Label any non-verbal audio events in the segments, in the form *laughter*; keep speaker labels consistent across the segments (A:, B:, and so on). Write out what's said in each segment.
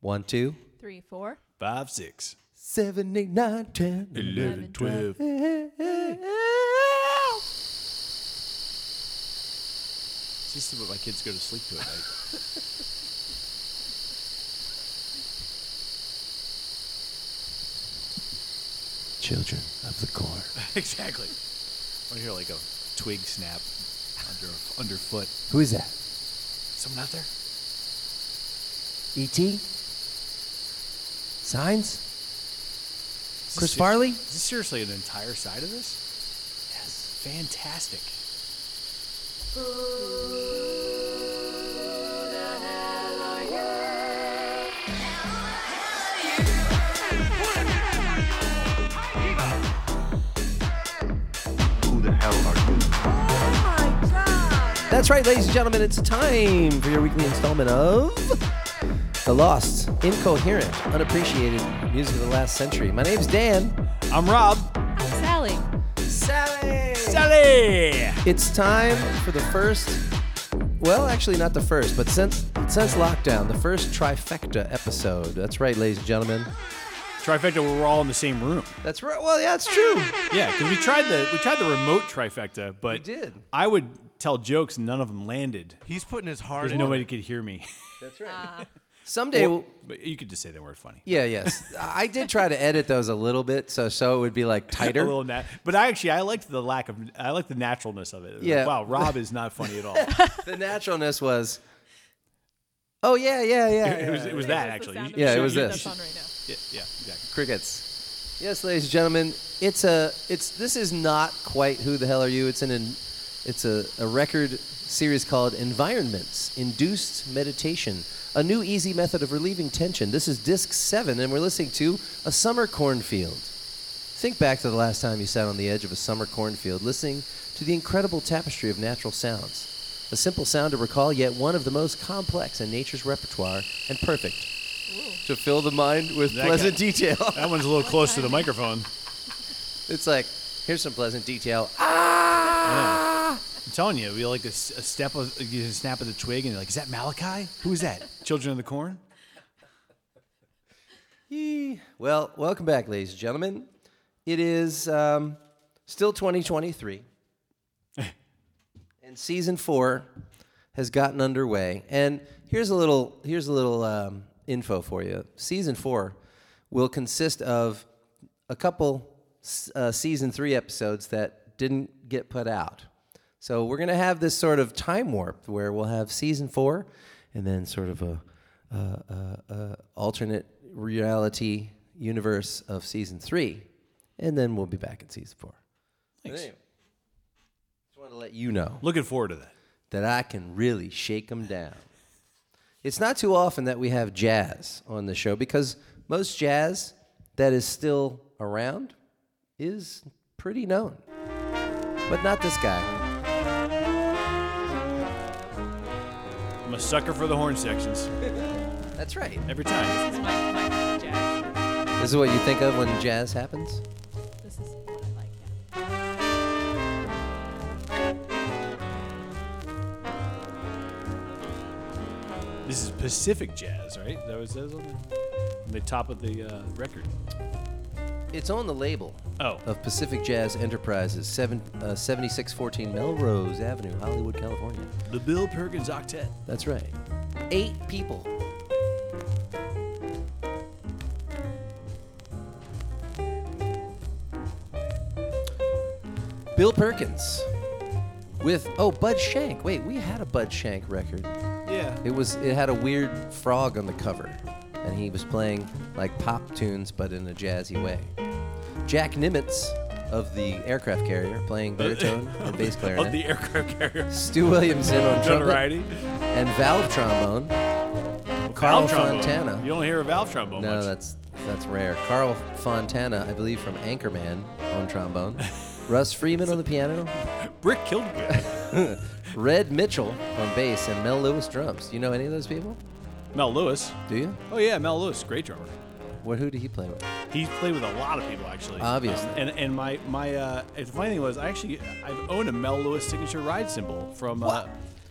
A: One, two,
B: three, four,
C: Five, six,
A: seven, eight, nine, ten.
C: eleven, twelve. It's just what my kids go to sleep to at night.
A: Children of the corn.
C: *laughs* exactly. I hear like a twig snap under underfoot.
A: Who is that?
C: Someone out there?
A: E.T.? E Signs?
C: Is this
A: Chris
C: se-
A: Farley?
C: Is this seriously an entire side of this?
A: Yes.
C: Fantastic.
D: Who the hell are you?
A: That's right, ladies and gentlemen, it's time for your weekly installment of The Lost, Incoherent, Unappreciated Music of the Last Century. My name's Dan.
C: I'm Rob.
B: Sally.
A: Sally!
C: Sally.
A: It's time for the first, well, actually, not the first, but since since lockdown, the first trifecta episode. That's right, ladies and gentlemen.
C: Trifecta where we're all in the same room.
A: That's right. Well, yeah, it's true.
C: Yeah, because we tried the we tried the remote trifecta, but
A: did.
C: I would tell jokes, and none of them landed.
E: He's putting his heart
C: There's
E: in.
C: nobody could hear me.
A: Someday, we'll,
C: But you could just say they weren't funny.
A: yeah, yes. I did try to edit those a little bit, so so it would be like
C: *laughs* A
A: tighter.
C: little nat- but I actually I liked the lack of I liked the naturalness of it. It was like,
A: Yeah.
C: wow, Rob is not funny at all.
A: the naturalness was. Oh yeah, yeah, yeah.
C: It was *laughs* it was that actually. You-
A: Yeah, it was
C: you-
A: this.
B: That's on right now.
C: Yeah, yeah, exactly.
A: crickets. Yes, ladies and gentlemen, it's a it's this is not quite who the hell are you? It's an, an it's a, a record series called Environments Induced Meditation, a new easy method of relieving tension. This is disc 7 and we're listening to A Summer Cornfield. Think back to the last time you sat on the edge of a summer cornfield listening to the incredible tapestry of natural sounds. A simple sound to recall, yet one of the most complex in nature's repertoire and perfect to fill the mind with
C: That
A: pleasant
C: guy-
A: detail. *laughs*
C: That one's a little close to the microphone.
A: It's like, here's some pleasant detail. Ah,
C: I'm telling you, we like a, s- a step of you know, snap of the twig, and you're like, is that Malachi? Who is
A: *laughs*
C: that? Children of the Corn?
A: Yee. Well, welcome back, ladies and gentlemen. It is um, still 2023, and season four has gotten underway. And here's a little here's a little um, info for you. Season four will consist of a couple s- uh, season three episodes that didn't get put out. So we're gonna have this sort of time warp where we'll have season four, and then sort of a uh, uh, uh, alternate reality universe of season three, and then we'll be back at season four.
C: Thanks.
A: Anyway, just want to let you know
C: Looking forward to that.
A: that I can really shake them down. It's not too often that we have jazz on the show because most jazz that is still around is pretty known, but not this guy.
C: I'm a sucker for the horn sections
A: That's right.
C: every time.
B: This is my, my kind of jazz.
A: This is what you think of when jazz happens.
B: This is what I like now.
C: This is Pacific jazz, right? That was, that was on the, on the top of the uh, record.
A: It's on the label.
C: Oh,
A: of Pacific Jazz Enterprises, 7, uh, 7614 Melrose Avenue, Hollywood, California.
C: the Bill Perkins Octet.
A: That's right. Eight people. Bill Perkins with oh Bud Shank. Wait, we had a Bud Shank record.
C: Yeah.
A: It was it had a weird frog on the cover, and he was playing like pop tunes but in a jazzy way. Jack Nimitz of the aircraft carrier playing
C: *laughs*
A: baritone and bass clarinet.
C: Of the aircraft carrier.
A: Stu Williamson on trumpet
C: Notoriety.
A: and valve trombone. Carl Fontana.
C: You don't hear a valve trombone
A: No,
C: much.
A: that's that's rare. Carl Fontana, I believe from Anchorman on
C: *laughs*
A: trombone. Russ Freeman on the piano.
C: Brick killed
A: *laughs*
C: me.
A: Red Mitchell on bass and Mel Lewis drums. Do you know any of those people?
C: Mel Lewis.
A: Do you?
C: Oh yeah, Mel Lewis, great drummer.
A: What who did he play with?
C: He played with a lot of people actually. Um,
A: Obviously.
C: and and my my uh, the funny thing was I actually I've owned a Mel Lewis signature ride symbol from uh,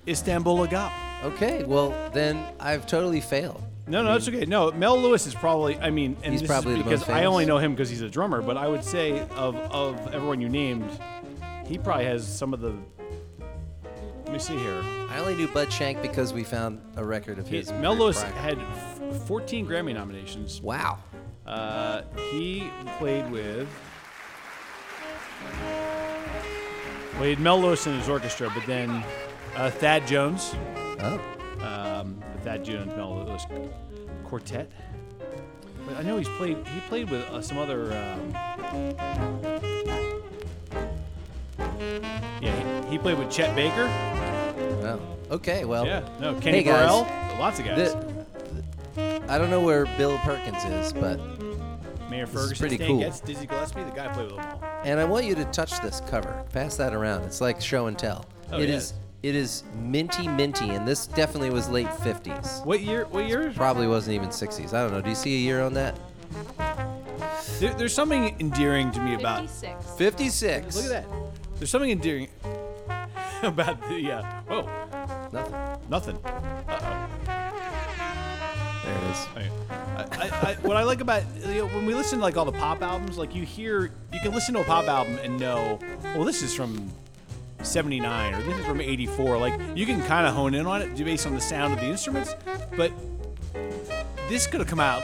C: Istanbul Agap.
A: Okay, well then I've totally failed.
C: No, no, it's okay. No, Mel Lewis is probably. I mean, and
A: He's
C: this
A: probably
C: is
A: the
C: because
A: most
C: I only
A: famous.
C: know him because he's a drummer. But I would say of of everyone you named, he probably has some of the. Let me see here.
A: I only knew Bud Shank because we found a record of
C: He-
A: his.
C: Mel Lewis
A: prior.
C: had f- 14 Grammy nominations.
A: Wow.
C: Uh, he played with. Played Mel Lewis and his orchestra, but then uh, Thad Jones,
A: Oh.
C: um, the Thad Jones Mel Lewis quartet. But I know he's played. He played with uh, some other. Um, yeah, he, he played with Chet Baker.
A: Wow. Okay. Well.
C: Yeah, no,
A: Oh.
C: Kenny
A: Hey, guys.
C: Burrell. Lots of guys.
A: the- the- I don't know where Bill Perkins is, but
C: Mayor
A: is
C: Ferguson,
A: pretty
C: Stan
A: cool.
C: Getz, Dizzy Gillespie, the guy who played with them all.
A: and I want you to touch this cover. Pass that around. It's like show and tell.
C: Oh,
A: It
C: yeah.
A: is- It is minty minty, and this definitely was late fifties.
C: What year? What year?
A: Probably wasn't even sixties. I don't know. Do you see a year on that?
C: There, there's something endearing to me about.
B: 56.
A: Fifty six.
C: Look at that. There's something endearing *laughs* about the. Uh, whoa,
A: that. Nothing.
C: nothing.
A: There it is.
C: Okay. I, I, I, what I like about you know, when we listen to like all the pop albums, like you hear, you can listen to a pop album and know, well, this is from '79 or this is from '84. Like you can kind of hone in on it based on the sound of the instruments, but this could have come out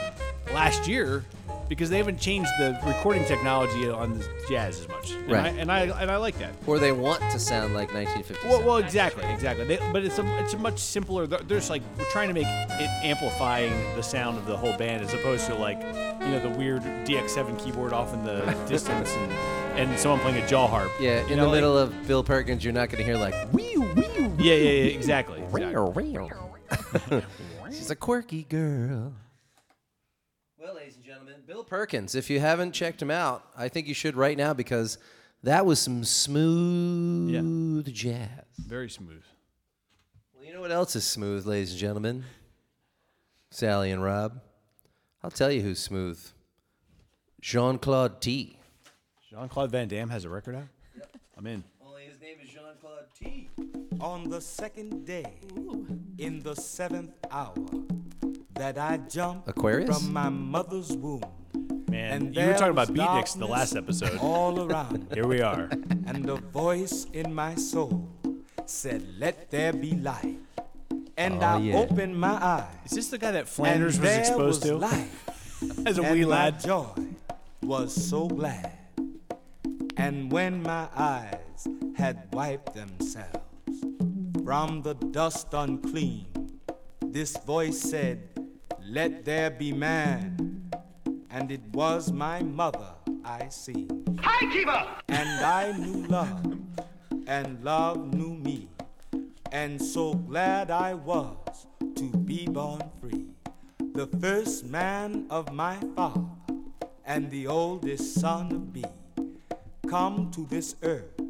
C: last year because they haven't changed the recording technology on the jazz as much. And
A: Right.
C: I, and I and I like that.
A: Or they want to sound like 1957.
C: Well, well exactly, exactly. They, but it's a it's a much simpler. they're- There's like we're trying to make it amplifying the sound of the whole band as opposed to like you know the weird DX7 keyboard off in the distance and, and someone playing a jaw harp.
A: yeah,
C: You
A: in
C: know,
A: the
C: like-
A: middle of Bill Perkins, you're not going to hear like wee wee.
C: yeah, yeah, yeah, exactly. exactly.
A: She's a quirky girl. Well, ladies and gentlemen, Bill Perkins. If you haven't checked him out, I think you should right now because that was some smooth jazz.
C: Very smooth.
A: Well, you know what else is smooth, ladies and gentlemen? Sally and Rob. I'll tell you who's smooth. Jean Claude T.
C: Jean Claude Van Damme has a record out. I'm in.
A: Only his name is Jean Claude T.
E: On the second day, in the seventh hour, that I jumped
A: Aquarius?
E: from my mother's womb.
C: Man,
E: And
C: you were
E: there
C: talking about
E: was
C: beatniks the last
E: darkness
C: episode.
E: *laughs* All around,
C: Here we are.
E: and a voice in my soul said, Let there be light. And
A: Oh,
E: I
A: yeah.
E: opened my eyes.
C: Is this the guy that Flanders
E: and
C: was
E: there
C: exposed
E: was
C: to
E: Light.
C: *laughs* as a
E: and
C: wee
E: my
C: lad?
E: joy was so glad. And when my eyes had wiped themselves from the dust unclean, this voice said, Let there be man. And it was my mother I see. And I knew love, and love knew me. And so glad I was to be born free, the first man of my father, and the oldest son of me, come to this earth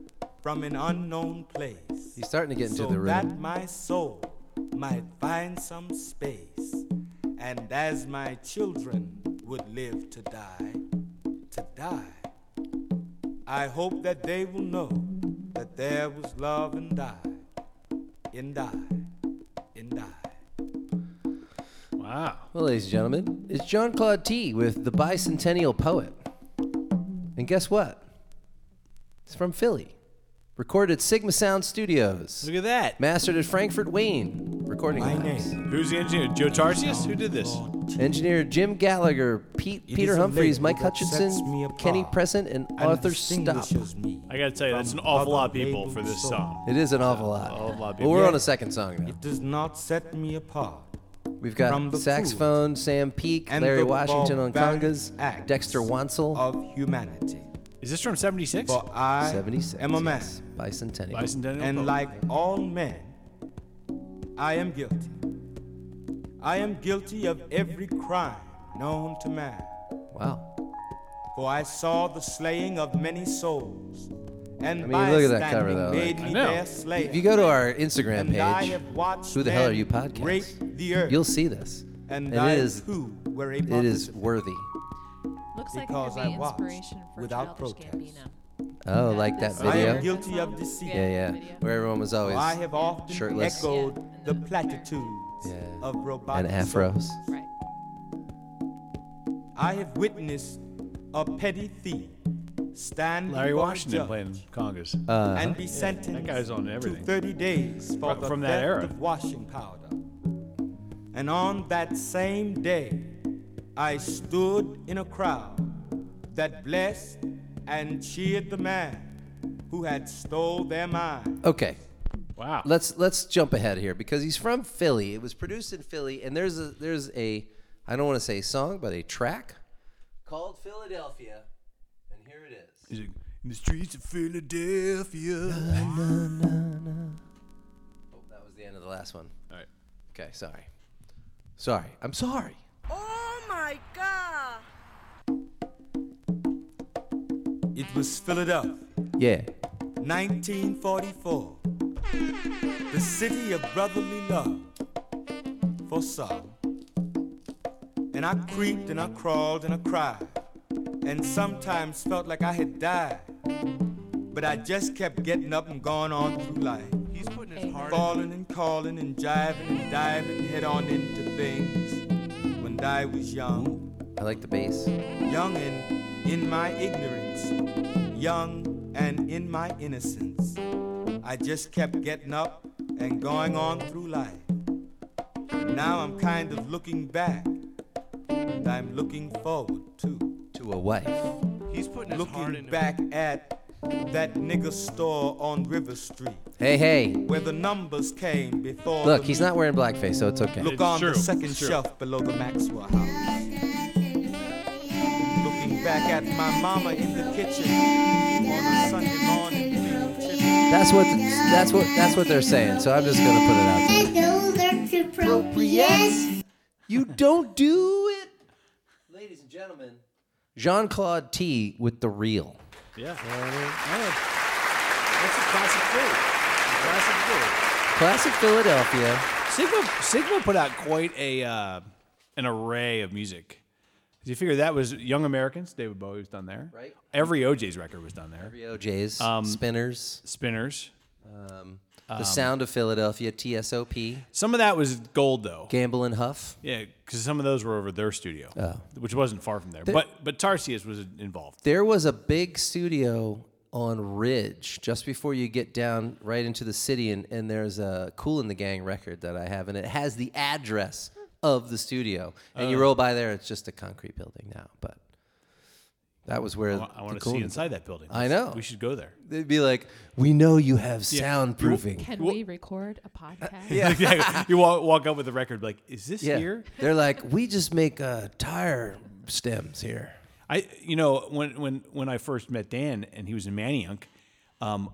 E: from an unknown place,
A: He's starting to get into
E: so
A: the rhythm.
E: that my soul might find some space, and as my children would live to die, to die. I hope that they will know that there was love and die, and die, and die.
C: Wow.
A: Well, ladies and gentlemen, it's John Claude T with the Bicentennial Poet. And guess what? It's from Philly. Recorded at Sigma Sound Studios.
C: Look at that.
A: Mastered at Frankfurt Wayne Recording
E: My
A: Labs.
E: name
C: Who's the engineer? Joe Tarsius? Who did this?
A: Engineer Jim Gallagher, Pete,
E: It
A: Peter
E: is a
A: Humphries,
E: label
A: Mike
E: that sets me
A: Hutchinson,
E: apart
A: Kenny Present, and
E: and
A: Arthur Stopp.
E: distinguishes me
C: I gotta tell you, that's an
E: from
C: awful lot of
E: other
C: people for
E: labeled
C: this
E: souls.
C: song.
A: It is an awful lot.
C: awful lot of
A: well, we're
E: people.
A: on a second song now.
E: It does not set me apart.
A: We've
E: from
A: got
E: the
A: saxophone, Sam Peake,
E: and
A: Larry
E: the
A: Washington on
E: barbaric
A: congas,
E: acts
A: Dexter Wansel,
E: Of humanity.
C: Is this from 76?
E: For I
A: 76.
E: am a man,
A: yes, Bicentennial.
C: Bicentennial
E: and
C: Pope.
E: like all men, I am guilty. I am guilty of every crime known to man.
A: Wow.
E: For I saw the slaying of many souls, and
A: I mean,
E: by
A: look at that cover, though,
E: made
A: like-
E: me
C: I know.
E: their slave.
A: If you go to our Instagram
E: and I have
A: page,
E: watched
A: Who the Hell Are You
E: men rape
A: podcast,
E: the earth,
A: you'll see this.
E: and,
A: it
E: I
A: is-
E: too were a
A: It is
E: participant.
A: worthy.
B: Looks like it
E: Because
B: could be
E: I watched
B: inspiration for
E: without
B: Childish
E: protest.
B: Gambino.
A: Oh,
B: Yeah,
A: like that
B: this-
E: I am
A: video?
E: guilty of deceit.
A: Yeah, yeah.
B: Video.
A: Where everyone was
E: For
A: always
E: I have often
A: shirtless
E: echoed
B: Yeah, and
E: the
B: then the
E: platitudes
A: Yeah.
E: of robotic
A: and afros.
E: souls.
B: Right.
E: I have witnessed a petty thief stand
C: Larry
E: before a
C: Washington
E: judge
C: playing congas.
E: and be sentenced
C: guy's on everything.
E: to 30 days for
C: Fro-
E: the
C: from that
E: theft
C: era.
E: of washing powder. And on that same day, I stood in a crowd that blessed and cheered the man who had stole their mind.
A: Okay,
C: wow.
A: let's let's jump ahead here because he's from Philly. It was produced in Philly, and there's a there's a I don't want to say song, but a track called Philadelphia, and here it is.
C: He's like, in the streets of Philadelphia.
A: Oh, that was the end of the last one.
C: All right.
A: Okay, sorry, sorry, I'm sorry.
F: Oh my god!
E: It was Philadelphia,
A: Yeah,
E: 1944. The city of brotherly love for some. And I creeped and I crawled and I cried. And sometimes felt like I had died. But I just kept getting up and going on through life.
G: He's putting his heart in.
E: Falling and calling and jiving and diving head on into things. When I was young,
A: I like the bass.
E: young and in my ignorance, young and in my innocence. I just kept getting up and going on through life. Now I'm kind of looking back, and I'm looking forward too.
A: To a wife.
G: He's putting his heart
E: Looking
G: in.
E: back at that nigger store on River Street,
A: Hey, hey,
E: where the numbers came before.
A: look,
E: the
A: he's not wearing blackface, so it's okay.
E: Look
C: It's
E: on
C: true,
E: the second
C: it's true.
E: shelf below the Maxwell house. Looking back at my mama in the kitchen on a Sunday morning. cleaning chicken.
A: That's what that's what that's what they're saying. So I'm just gonna put it out. there. You don't do it, ladies and gentlemen. Jean Claude T with the real.
C: Yeah. That's a classic Philly. Classic
A: Classic Philadelphia.
C: Philly. Sigma, Sigma put out quite a uh, an array of music. 'Cause You figure that was Young Americans. David Bowie was done there.
A: Right.
C: Every OJ's record was done there.
A: Rio Jays, Spinners,
C: Spinners.
A: um, The Sound of Philadelphia, TSOP,
C: Some of that was gold though.
A: Gamble and Huff.
C: Yeah, because some of those were over their studio,
E: Oh.
C: which wasn't far from there. But but Tarsius was involved.
A: There was a big studio on Ridge just before you get down right into the city, and, and there's a Cool in the Gang record that I have, and it has the address of the studio. And
C: Oh.
A: you roll by there, it's just a concrete building now, but that was where
C: I, wa- I want
A: the
C: to
A: Cool in
C: see
A: the-
C: inside that building.
A: I
C: Let's-
A: know.
C: We should go
A: *laughs*
C: there. *laughs*
A: They'd be like, "We know you have soundproofing."
B: Can
C: Well-
B: we record a podcast?
C: Yeah, you walk, walk up with the record, like, is this
A: yeah,
C: here?
A: they're like, "We just make uh, tire stems here."
C: I, you know, when when when I first met Dan and he was in Maniunk, um,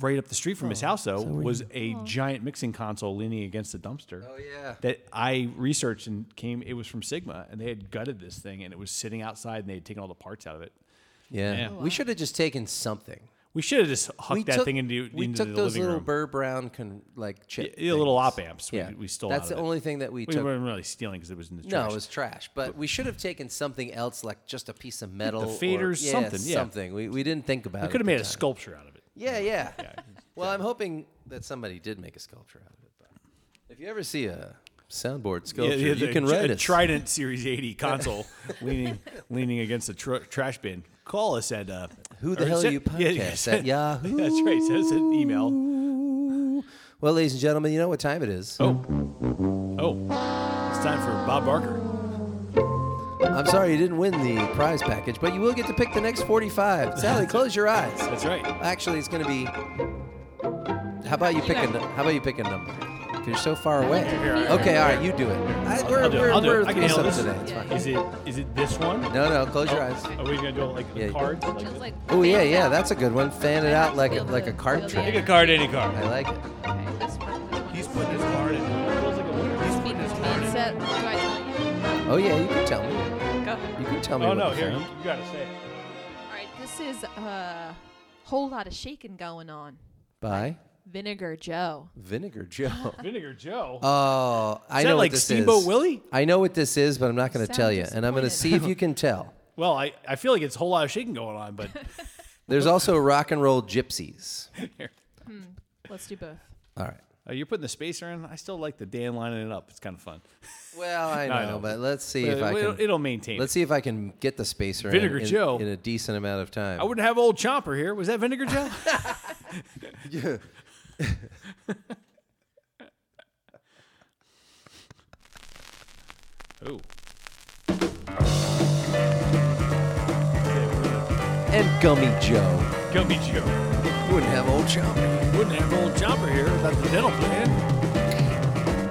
C: right up the street from his
A: Oh,
C: house though was a giant mixing console leaning against a dumpster.
A: Oh, yeah.
C: that I researched and came. It was from Sigma, and they had gutted this thing, and it was sitting outside, and they had taken all the parts out of it.
A: Yeah,
C: Yeah.
A: we should have just taken something.
C: We should have just hucked
A: we
C: that
A: took,
C: thing into,
A: we
C: into
A: took
C: the
A: those
C: living
A: little
C: room.
A: Burr Brown con, like chip
C: Yeah, little
A: things.
C: op amps. We,
A: Yeah,
C: we stole.
A: That's
C: out
A: the
C: of it.
A: only thing that we
C: we
A: took.
C: weren't really stealing because it was in the
A: no,
C: trash.
A: it was trash. But we should have taken something else, like just a piece of metal, or-
C: faders,
A: yeah,
C: something, yeah.
A: something. We we didn't think about.
C: we
A: it
C: could
A: at
C: have
A: the
C: made a
A: time.
C: sculpture out of it.
A: Yeah, yeah. well, I'm hoping that somebody did make a sculpture out of it. But if you ever see a soundboard sculpture,
C: Yeah, yeah,
A: you
C: the
A: can
C: tr- uh,
A: write
C: a
A: us.
C: Trident Series
A: *laughs*
C: 80 console leaning leaning against a tr- trash bin. Call us at uh,
A: Who the
C: or
A: hell
C: send-
A: are you
C: yeah,
A: podcast
C: yeah,
A: at
C: *laughs* send-
A: Yahoo?
C: That's right. Send us an email.
A: Well, ladies and gentlemen, you know what time it is.
C: Oh, oh, it's time for Bob Barker.
A: I'm sorry you didn't win the prize package, but you will get to pick the next 45. Sally, close your eyes.
C: That's right.
A: Actually, it's going to be. How about you pick a? nu- How about you pick a number? 'Cause you're so far away. Okay, all right, you do it. I, we're
C: I'll do it.
A: we're,
C: I'll do
A: we're
C: it. I can
A: close
C: handle
A: up
C: this. Oh.
A: today. It's fine.
C: Is it is it this one?
A: No, no, close your eyes.
C: Are we gonna do it like the
A: Yeah.
C: cards? Like
B: Just like
A: Oh yeah,
B: fan it
A: yeah,
B: out.
A: that's a good one. Fan it out like a,
B: Feel
A: like a
B: the-
A: cart
B: feel the
A: trick.
C: pick a card, any card.
A: I like it.
B: Okay, this one, this one
G: He's
B: is-
G: putting his heart in.
C: Feels like a winner.
G: He's putting his heart in.
B: Set- do I tell
A: Oh yeah, you can tell me.
B: you? Go.
A: You can tell me.
C: Oh
A: what
C: no,
A: you
C: here you,
A: found.
C: you gotta say it.
B: All right, this is a whole lot of shaking going on.
A: By
B: Vinegar Joe.
A: Vinegar
C: *laughs*
A: Joe.
C: Vinegar Joe.
A: *laughs* Oh, I
C: that
A: know
C: like
A: what this
C: Steamboat
A: is.
C: Willie?
A: I know what this is, but I'm not going to
B: Sound
A: tell you, and I'm going to see
B: disappointed.
A: if you can tell.
C: well, I, I feel like it's a whole lot of shaking going on, but
A: There's also rock and roll gypsies.
B: Let's do both.
A: All right.
C: Uh, you're putting the spacer in. I still like the Dan lining it up. It's kind of fun.
A: Well, I know,
C: I know.
A: but let's see if
C: Uh,
A: I
C: it'll,
A: can.
C: it'll maintain.
A: Let's
C: Let's.
A: see if I can get the spacer in-
C: Vinegar
A: in,
C: Joe.
A: in a decent amount of time.
C: I wouldn't have old Chomper here. Was that Vinegar Joe? *laughs* oh,
A: and Gummy Joe
C: Gummy Joe.
A: wouldn't have old Chomper.
C: Wouldn't have old Chomper here without the dental plan.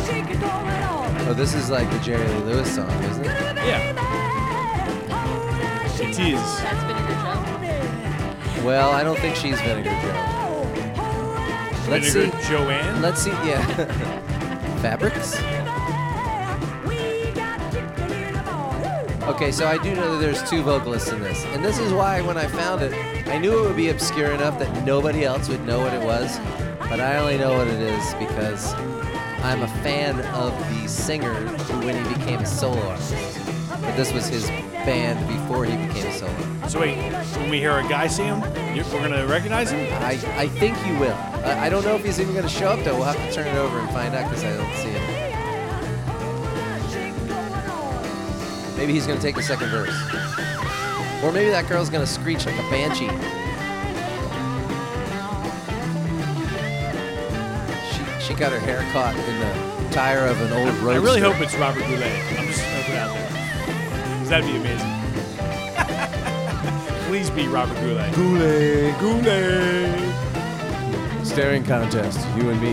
A: Oh, this is like the Jerry Lee Lewis song, isn't it?
C: Yeah. It is.
B: That's Vinegar
A: Well, I don't think she's Vinegar Joe. Let's see.
C: Vinegar Joanne.
A: Let's see. Yeah. *laughs* Fabrics. Okay, so I do know that there's two vocalists in this, and this is why when I found it, I knew it would be obscure enough that nobody else would know what it was, but I only know what it is because I'm a fan of the singer who, when he became a solo artist, but this was his band before he became a solo.
C: So wait, when we hear a guy sing him, you- we're gonna recognize him.
A: I, I think you will. I, I don't know if he's even going to show up though. We'll have to turn it over and find out because I don't see him. Maybe he's going to take the second verse, or maybe that girl's going to screech like a banshee. She she got her hair caught in the tire of an old roadster.
C: I really hope it's Robert Goulet. I'm just gonna put it out there. 'Cause that'd be amazing. *laughs* Please be Robert Goulet.
A: Goulet, Goulet. Staring contest, you and me.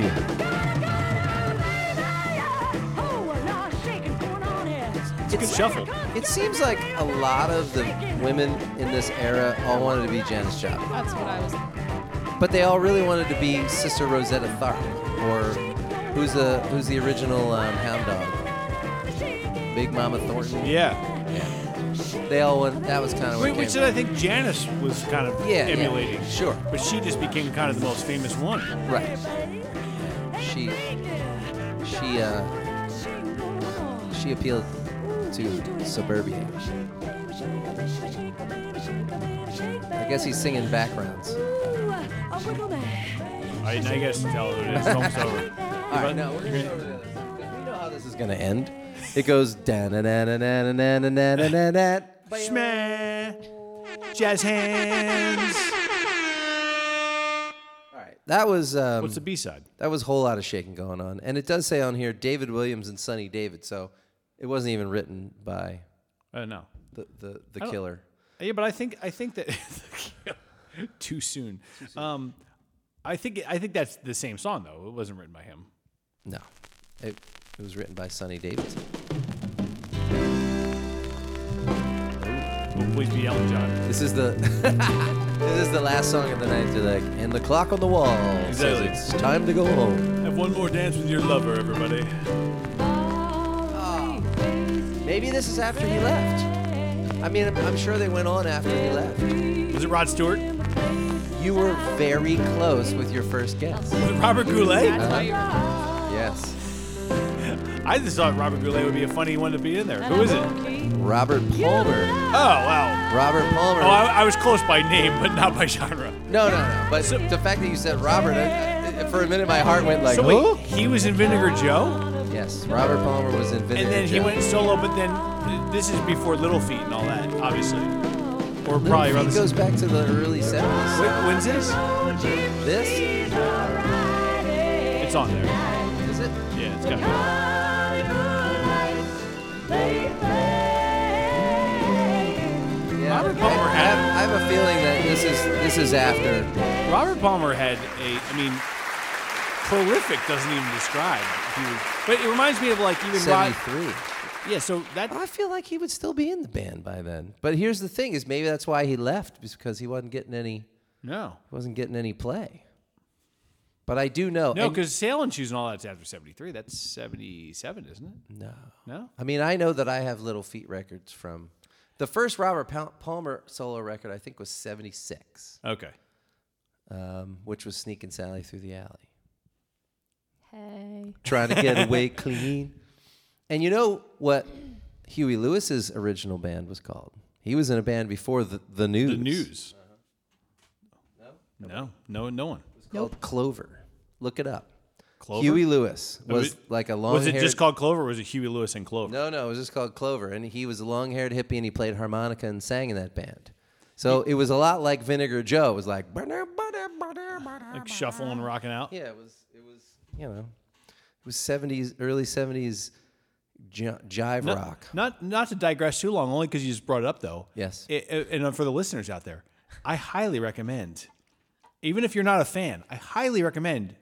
C: It's a good shuffle.
A: It seems like a lot of the women in this era all wanted to be Janis Joplin,
B: That's what I was.
A: but they all really wanted to be Sister Rosetta Tharpe or who's the who's the original um, Hound Dog, Big Mama Thornton.
C: Yeah.
A: They all went. That was kind of where
C: Wait,
A: it
C: which
A: came
C: did I think Janice was kind of
A: from. yeah, yeah,
C: emulating.
A: sure,
C: But she just became kind of the most famous one.
A: right. She she uh she appealed to suburbia. I guess he's singing backgrounds.
C: All right, now you guys can tell who it is. It's almost over.
A: All right, no, we're gonna go to the other side, 'cause we know how this is gonna end. It goes da na na na na na na na na na na.
C: Schmeh. Jazz hands.
A: All right, that was um,
C: What's the B side?
A: that was a whole lot of shaking going on, and it does say on here David Williams and Sonny David, so it wasn't even written by
C: I don't know.
A: the the, the
C: don't-
A: killer.
C: Uh, Yeah, but I think I think that *laughs* too soon. Um, I think I think that's the same song though. It wasn't written by him.
A: No, it, it was written by Sonny Davidson.
C: Well, please be Elton John.
A: This is the this is the last song of the night. They're like, and the clock on the wall says
C: Exactly.
A: it's time to go home.
C: Have one more dance with your lover, everybody.
A: Maybe this is after he left. I mean, I'm, I'm sure they went on after he left.
C: Was it Rod Stewart? Was
A: You were very close with your first guess.
C: it Robert Goulet?
B: That's why you
A: Yes.
C: I just thought Robert Goulet would be a funny one to be in there. Who is it?
A: Robert
C: Oh
A: Palmer.
C: wow.
A: Robert Palmer.
C: Oh, I, I was close by name, but not by genre.
A: no, no, no. But
C: So-
A: the fact that you said Robert, I, I- for a minute my heart went like,
C: So wait,
A: "Who?"
C: he was in Vinegar Joe,
A: Yes, Robert Palmer was in Vinegar
C: and then he
A: Joe.
C: went solo. But then uh, this is before Little Feet and all that, obviously. Or probably
A: He
C: around the
A: goes
C: same.
A: back to the early 70s.
C: Wait, when's this?
A: This?
C: It's on there.
A: Is it?
C: Yeah, it's got to
A: Yeah.
C: Robert
A: I-
C: Palmer
A: I,
C: had-
A: have, I have a feeling that this is this is after.
C: be. Robert Palmer had a, I mean, prolific doesn't even describe. if you- But it reminds me of like even Rod.
A: 73.
C: Yeah, so that.
A: I feel like he would still be in the band by then. But here's the thing is maybe that's why he left is because he wasn't getting any
C: No.
A: wasn't getting any play. But I do know.
C: No,
A: and-
C: because Sail and Shoes and all that's after 73. That's 77, isn't it?
A: no.
C: No?
A: I mean, I know that I have Little Feet records from the first Robert Pal- Palmer solo record. I think was '76,
C: Okay.
A: um, which was "Sneaking Sally Through the Alley,"
B: Hey.
A: trying to get away clean. And you know what Huey Lewis's original band was called? He was in a band before the, the News.
C: The news. No, no, no one.
A: called Clover. Look it up.
C: Clover?
A: Huey Lewis was
C: it-
A: like a long.
C: Was it just called Clover? or Was it Huey Lewis and Clover?
A: No, no, it was just called Clover, and he was a long-haired hippie, and he played harmonica and sang in that band. So it was a lot like Vinegar Joe. It was like,
C: Like shuffling, rocking out.
A: yeah, it was, it was, you know, it was seventies, early seventies, j- jive
C: No-
A: rock.
C: Not not to digress too long, only because you just brought it up though.
A: Yes.
C: I- I- and uh, for the listeners out there, I highly recommend, even if you're not a fan, I highly recommend.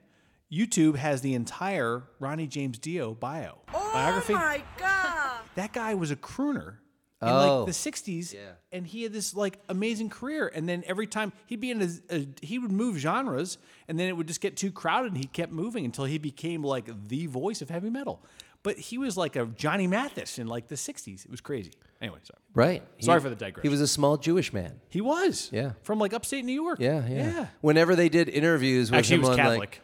C: YouTube has the entire Ronnie James Dio bio
F: Oh
C: biography.
F: my god!
C: That guy was a crooner. In
A: Oh.
C: like the '60s,
A: Yeah.
C: and he had this like amazing career. And then every time he'd be in a, a he would move genres, and then it would just get too crowded. and He kept moving until he became like the voice of heavy metal. But he was like a Johnny Mathis in like the '60s. It was crazy. Anyway, sorry.
A: Right.
C: Sorry
A: He-
C: for the digression.
A: He was a small Jewish man.
C: He was.
A: Yeah.
C: From like upstate New York.
A: Yeah, yeah.
C: Yeah.
A: Whenever they did interviews with
C: Actually,
A: him
C: he was
A: on,
C: Catholic.
A: like,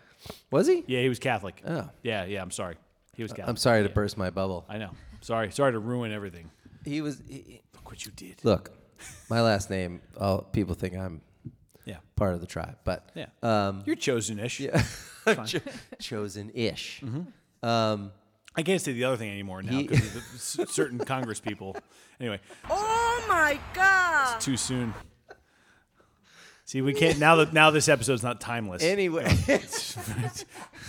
A: was he?
C: yeah, he was Catholic.
A: Oh.
C: Yeah, yeah. I'm sorry. He was Catholic.
A: I'm sorry to
C: Yeah.
A: burst my bubble.
C: I know. Sorry. Sorry to ruin everything.
A: He was. he-
C: Look what you did.
A: look, my last name. All people think I'm
C: Yeah.
A: part of the tribe, but *laughs*
C: Yeah. Um, You're chosenish. Yeah.
A: chosen ish.
C: I can't say the other thing anymore now
A: He-
C: because of the c- certain Congress people. Anyway,
F: Oh my god!
C: too soon. See, we can't now that now this episode's not timeless.
A: Anyway,
C: *laughs*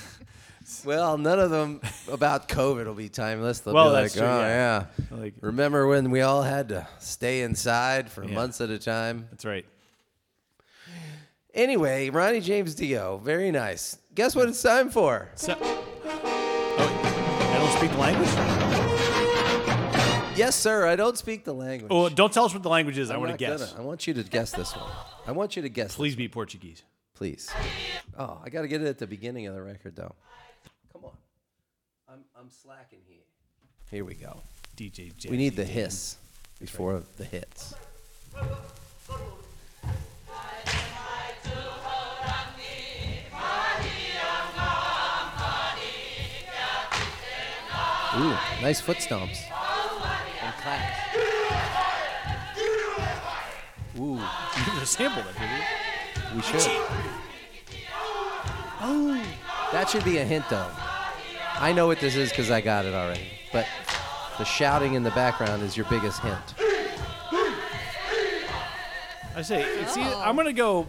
A: *laughs* well, none of them about COVID will be timeless. They'll
C: Well,
A: be like,
C: that's true,
A: oh
C: yeah.
A: yeah.
C: Like-
A: remember when we all had to stay inside for months at a time?
C: That's right.
A: Anyway, Ronnie James Dio, very nice. Guess what it's time for?
C: So, oh, I don't speak the language.
A: Yes, sir. I don't speak the language.
C: Oh, don't tell us what the language is. i want to
A: not
C: guess.
A: gonna. I want you to guess this one. I want you to guess.
C: Please be Portuguese.
A: Please. Oh, I got to get it at the beginning of the record, though. Come on. I'm, I'm slacking here. Here we go.
C: DJ.
A: We need the
C: Jazzy *laughs*
A: hiss before the hits. Ooh, nice foot stomps. And claps. Ooh,
C: Dan. You should sample that, didn't you?
A: we should. Oh, that should be a hint, though. I know what this is because I got it already. But the shouting in the background is your biggest hint.
C: I say it's either, I'm gonna go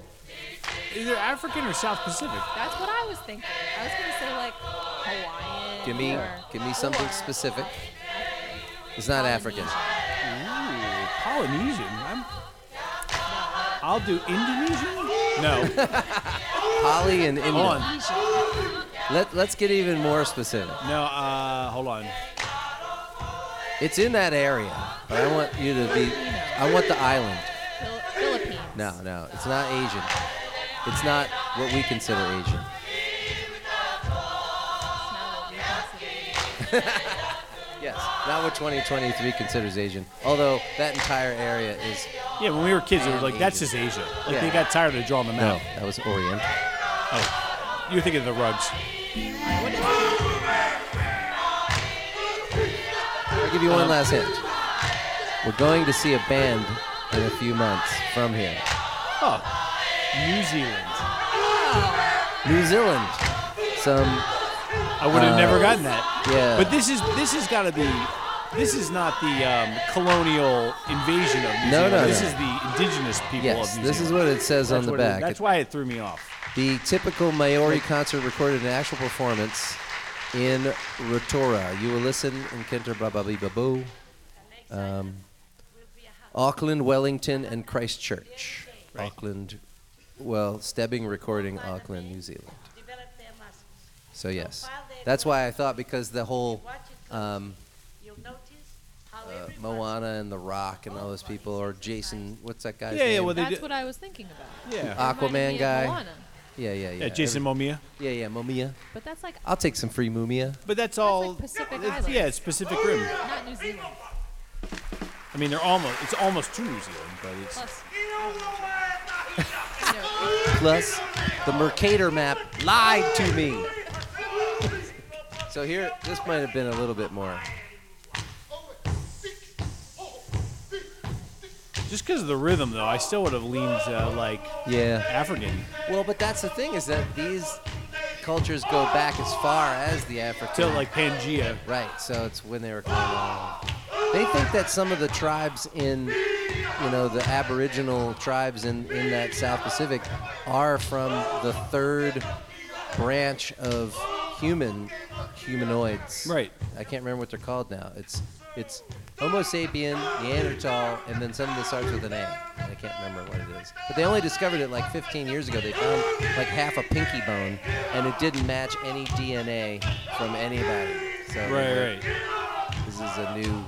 C: either African or South Pacific.
B: That's what I was thinking. I was gonna say like Hawaiian.
A: Give me,
B: or-
A: give me something
B: or
A: specific. It's not African.
C: Ooh, Polynesian. I'm, I'll do Indonesian. No,
A: Holly and
C: hold
A: Indian.
C: on.
A: Let, let's get even more specific.
C: No, uh, hold on.
A: It's in that area, but I want you to be. I want the island.
B: Phil- Philippines.
A: No, no, it's not Asian. It's not what we consider Asian.
B: It's not what we consider-
A: Yes, not what 2023 considers Asian. Although that entire area is
C: Yeah, when we were kids, it was like that's just Asia. Like
A: Yeah.
C: they got tired of drawing the
A: no,
C: map.
A: that was Orient.
C: You're thinking of the rugs.
A: I'll give you one last hint. We're going to see a band in a few months from here.
C: Oh, New Zealand.
A: New Zealand. Some
C: I would have
A: Uh,
C: never gotten that.
A: yeah.
C: But this is this has got to be. This is not the um, colonial invasion of
A: No,
C: New Zealand.
A: no,
C: this
A: no.
C: is the indigenous people
A: yes,
C: of New Zealand.
A: this is what it says
C: That's
A: on the
C: what it is.
A: back.
C: That's why it threw me off.
A: The typical Maori concert recorded an actual performance in Rotorua. You will listen in Kenter Bababi Babu, um, Auckland, Wellington, and Christchurch. Auckland, well, Stebbing Recording, Auckland, New Zealand.
H: develop their muscles.
A: So, yes.
H: While they're
A: That's why I thought because the whole
H: Watch it closely.
A: um,
H: You'll notice how
A: uh,
H: every muscle
A: Moana and The Rock and all those people, or Jason, what's that guy's
C: Yeah, yeah.
A: name?
C: Well, they
B: That's
C: did,
B: what I was thinking about.
C: yeah.
B: Reminded me
A: Aquaman
B: of
A: guy.
B: Moana.
A: Yeah, Ah, yeah, yeah.
C: yeah. Jason Momia.
A: Every- yeah, yeah, Momia.
B: But that's like
A: I'll take some free Mumia.
C: But that's all.
B: like Pacific
C: it's-
B: Islands.
C: Yeah, it's Pacific Rim.
B: not New Zealand.
C: I mean, they're almost. It's almost to New Zealand, but it's.
B: Plus,
A: Plus, the Mercator map lied to me. So here, this might have been a little bit more.
C: Just because of the rhythm, though, I still would have leaned uh, like
A: Yeah.
C: African.
A: Well, but that's the thing is that these cultures go back as far as the African.
C: Still like Pangea.
A: Right. So it's when they were kind of. They think that some of the tribes in, you know, the Aboriginal tribes in in that South Pacific, are from the third branch of human humanoids.
C: Right.
A: I can't remember what they're called now. It's it's Homo sapien, Neanderthal, and then something that starts with an A. I can't remember what it is. But they only discovered it like 15 years ago. They found like half a pinky bone, and it didn't match any DNA from anybody. So they were-
C: Right, right.
A: this is a new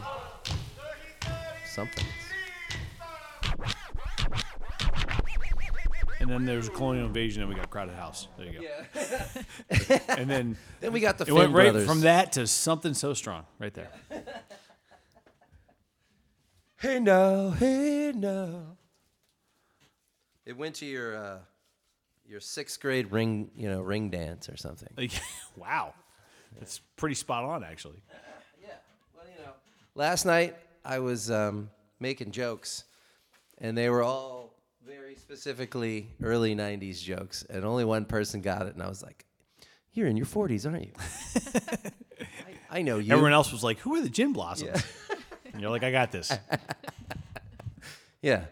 A: something.
C: And then there was a colonial invasion, and we got Crowded House. There you go.
A: *laughs*
C: and then
A: Then we got the
C: it went
A: Finn
C: right
A: brothers.
C: from that to something so strong, right there.
A: Hey no, hey no. It went to your uh, your sixth grade ring, you know, ring dance or something.
C: Like, *laughs* wow, that's pretty spot on, actually.
A: Well, you know, last night I was um, making jokes, and they were all very specifically early '90s jokes, and only one person got it, and I was like, "You're in your 40s, aren't you?"
C: *laughs*
A: I, I know you.
C: Everyone else was like, "Who are the Gin Blossoms?" And you're like, "I got this."
A: yeah,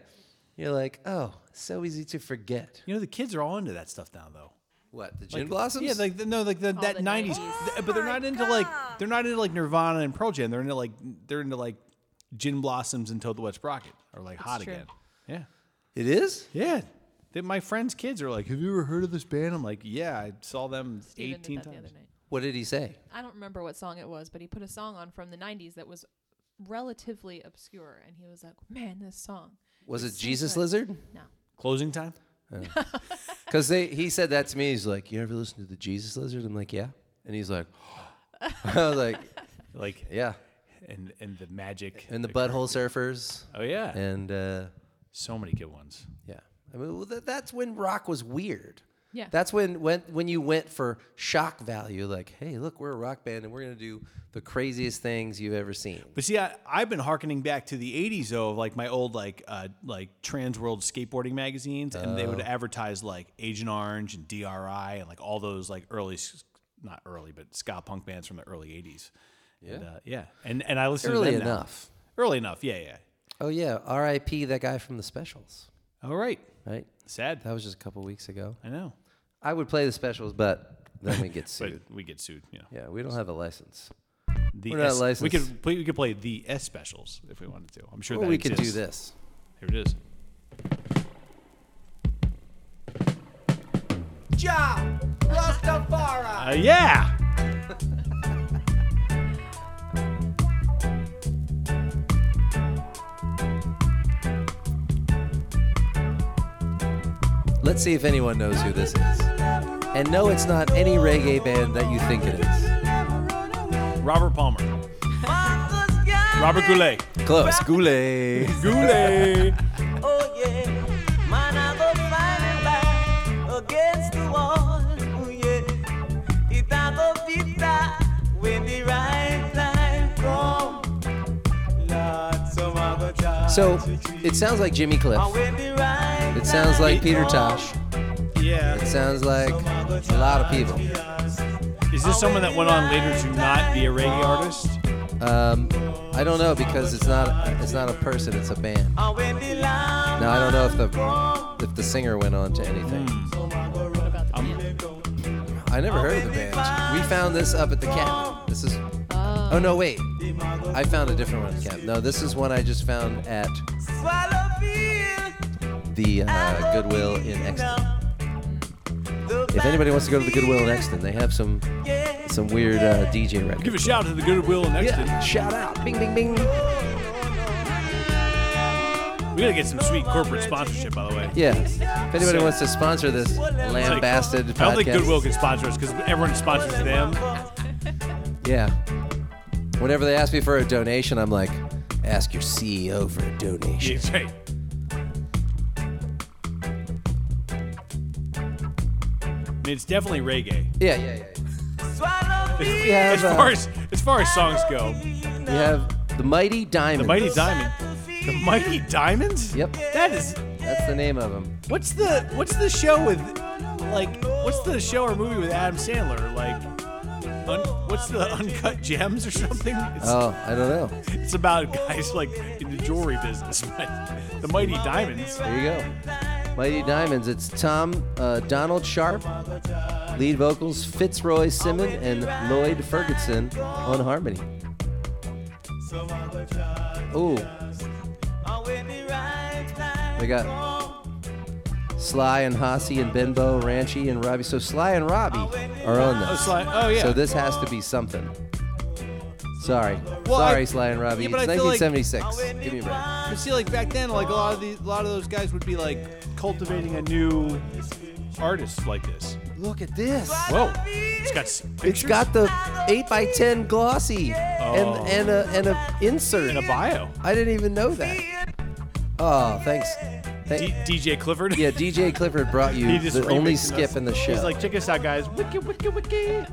A: you're like, "Oh, so easy to forget."
C: You know, the kids are all into that stuff now, though.
A: What the gin blossoms?
C: Yeah, like the, no, like the, that
B: the
C: nineties.
B: 90s.
C: but they're not into like they're not into like Nirvana and Pearl Jam. They're into like they're into like Gin Blossoms and Toad the Wet Sprocket or like Hot
B: true.
C: Again. Yeah,
A: it is.
C: yeah. They, my friends' kids are like, "Have you ever heard of this band?" I'm like, "Yeah, I saw them
B: Steven did
C: 18
B: that the
C: times."
B: other night.
A: What did he say?
B: I don't remember what song it was, but he put a song on from the 90s that was relatively obscure, and he was like, "Man, this song."
A: Was it
B: It's so
A: Jesus
B: good."
A: Lizard?
B: No.
C: Closing time.
A: Because they he said that to me. He's like, "You ever listen to the Jesus Lizard?" I'm like, "Yeah," and he's like, *gasps* "I was like,
C: Like
A: yeah."
C: and and the magic
A: And the Butthole Surfers,
C: Oh yeah,
A: and uh,
C: so many good ones.
A: yeah, I mean well, that, that's when rock was weird.
B: Yeah.
A: That's when when when you went for shock value, like, "Hey, look, we're a rock band, and we're gonna do the craziest things you've ever seen."
C: But see, I, I've been harkening back to the '80s though, of like my old like uh, like Trans World skateboarding magazines, and they would
A: Oh.
C: advertise like Agent Orange and DRI and like all those like early, s- not early, but ska punk bands from the early '80s. Yeah, and, uh, yeah, and and I listen
A: Early
C: to them now.
A: enough.
C: Early enough, yeah, yeah.
A: Oh yeah, R.I.P. That guy from the Specials,
C: All right,
A: right?
C: sad.
A: That was just a couple weeks ago.
C: I know,
A: I would play the Specials, but then we *laughs* get
C: but
A: sued.
C: we get sued. You know.
A: yeah, we don't have a license.
C: the
A: we're not
C: S- we
A: licensed.
C: could play, we could play the S specials if we wanted to. I'm sure
A: Or
C: that
A: we could do
C: exists.
A: this.
C: Here it is.
E: Jah, Rastafari.
C: Uh, yeah.
A: Let's see if anyone knows who this is. And no, it's not any reggae band that you think it is.
C: Robert Palmer.
F: Marcus Garvey.
C: Robert Goulet.
A: Close. Goulet.
C: Goulet.
F: Oh yeah, man, I go fighting back against the wall. Oh yeah, it I go beat back when the right time come.
E: Lord, so I go try
A: So
E: to treat
A: it sounds like Jimmy Cliff.
F: When the right
A: It sounds like Peter Tosh.
C: Yeah.
A: It sounds like a lot of people.
C: Is this someone that went on later to not be a reggae artist?
A: Um, I don't know because it's not it's not a person. It's a band. Now
F: when the lamb
A: I don't know if the if the singer went on to anything. I never heard of the band. We found this up at the cabin. This is. Oh no, wait. I found a different one at the cabin. No, this is one I just found at
F: swallow feel.
A: the uh, Goodwill in Exton. If anybody wants to go to the Goodwill in Exton, they have some some weird uh, DJ records.
C: Give a shout out to the Goodwill and Exton.
A: yeah, shout out. Bing, bing, bing.
C: We gotta get some sweet corporate sponsorship, by the way.
A: Yeah. If anybody wants to sponsor this lambasted
C: I don't think
A: podcast-
C: Goodwill can sponsor us because everyone sponsors them.
A: Yeah. Whenever they ask me for a donation, I'm like, ask your CEO for a donation.
C: Yeah, right. I mean, it's definitely reggae.
A: Yeah, yeah, yeah. yeah.
F: Swallow feel.
A: We have,
C: *laughs* As far
A: uh,
C: as as far as songs go,
A: we have the Mighty Diamond.
C: the Mighty Diamond. The Mighty Diamonds?
A: Yep.
C: That is
A: That's the name of him.
C: what's the what's the show with like what's the show or movie with Adam Sandler? Like un, what's the uncut gems or something? It's,
A: Oh, I don't know.
C: it's about guys like in the jewelry business, *laughs* but the Mighty Diamonds.
A: There you go. Mighty Diamonds. It's Tom uh, Donald Sharp, lead vocals Fitzroy Simon and Lloyd Ferguson on harmony. Ooh, they got Sly and Hossie and Benbow, Ranchi and Robbie. So Sly and Robbie are on
C: Oh,
A: this.
C: Sly, oh yeah.
A: So this has to be something. Sorry,
C: Well, I-
A: sorry, Sly and Robbie.
C: Yeah,
A: it's
C: but I feel like-
A: 1976. Give me a break.
C: But see, like back then, like a lot of these, a lot of those guys would be like cultivating a new artist like this.
A: Look at this.
C: Whoa, it's got s-
A: It's
C: pictures
A: got the eight x ten glossy
C: Oh.
A: and and a and a insert.
C: in a bio.
A: I didn't even know that. Oh, thanks. Thank-
C: D- DJ Clifford.
A: yeah, DJ Clifford brought you
C: He just
A: the only
C: remixed
A: skip
C: us.
A: in the show.
C: *laughs* He's like, check us out, guys.
A: Oh,
C: Wiki, wiki, wiki.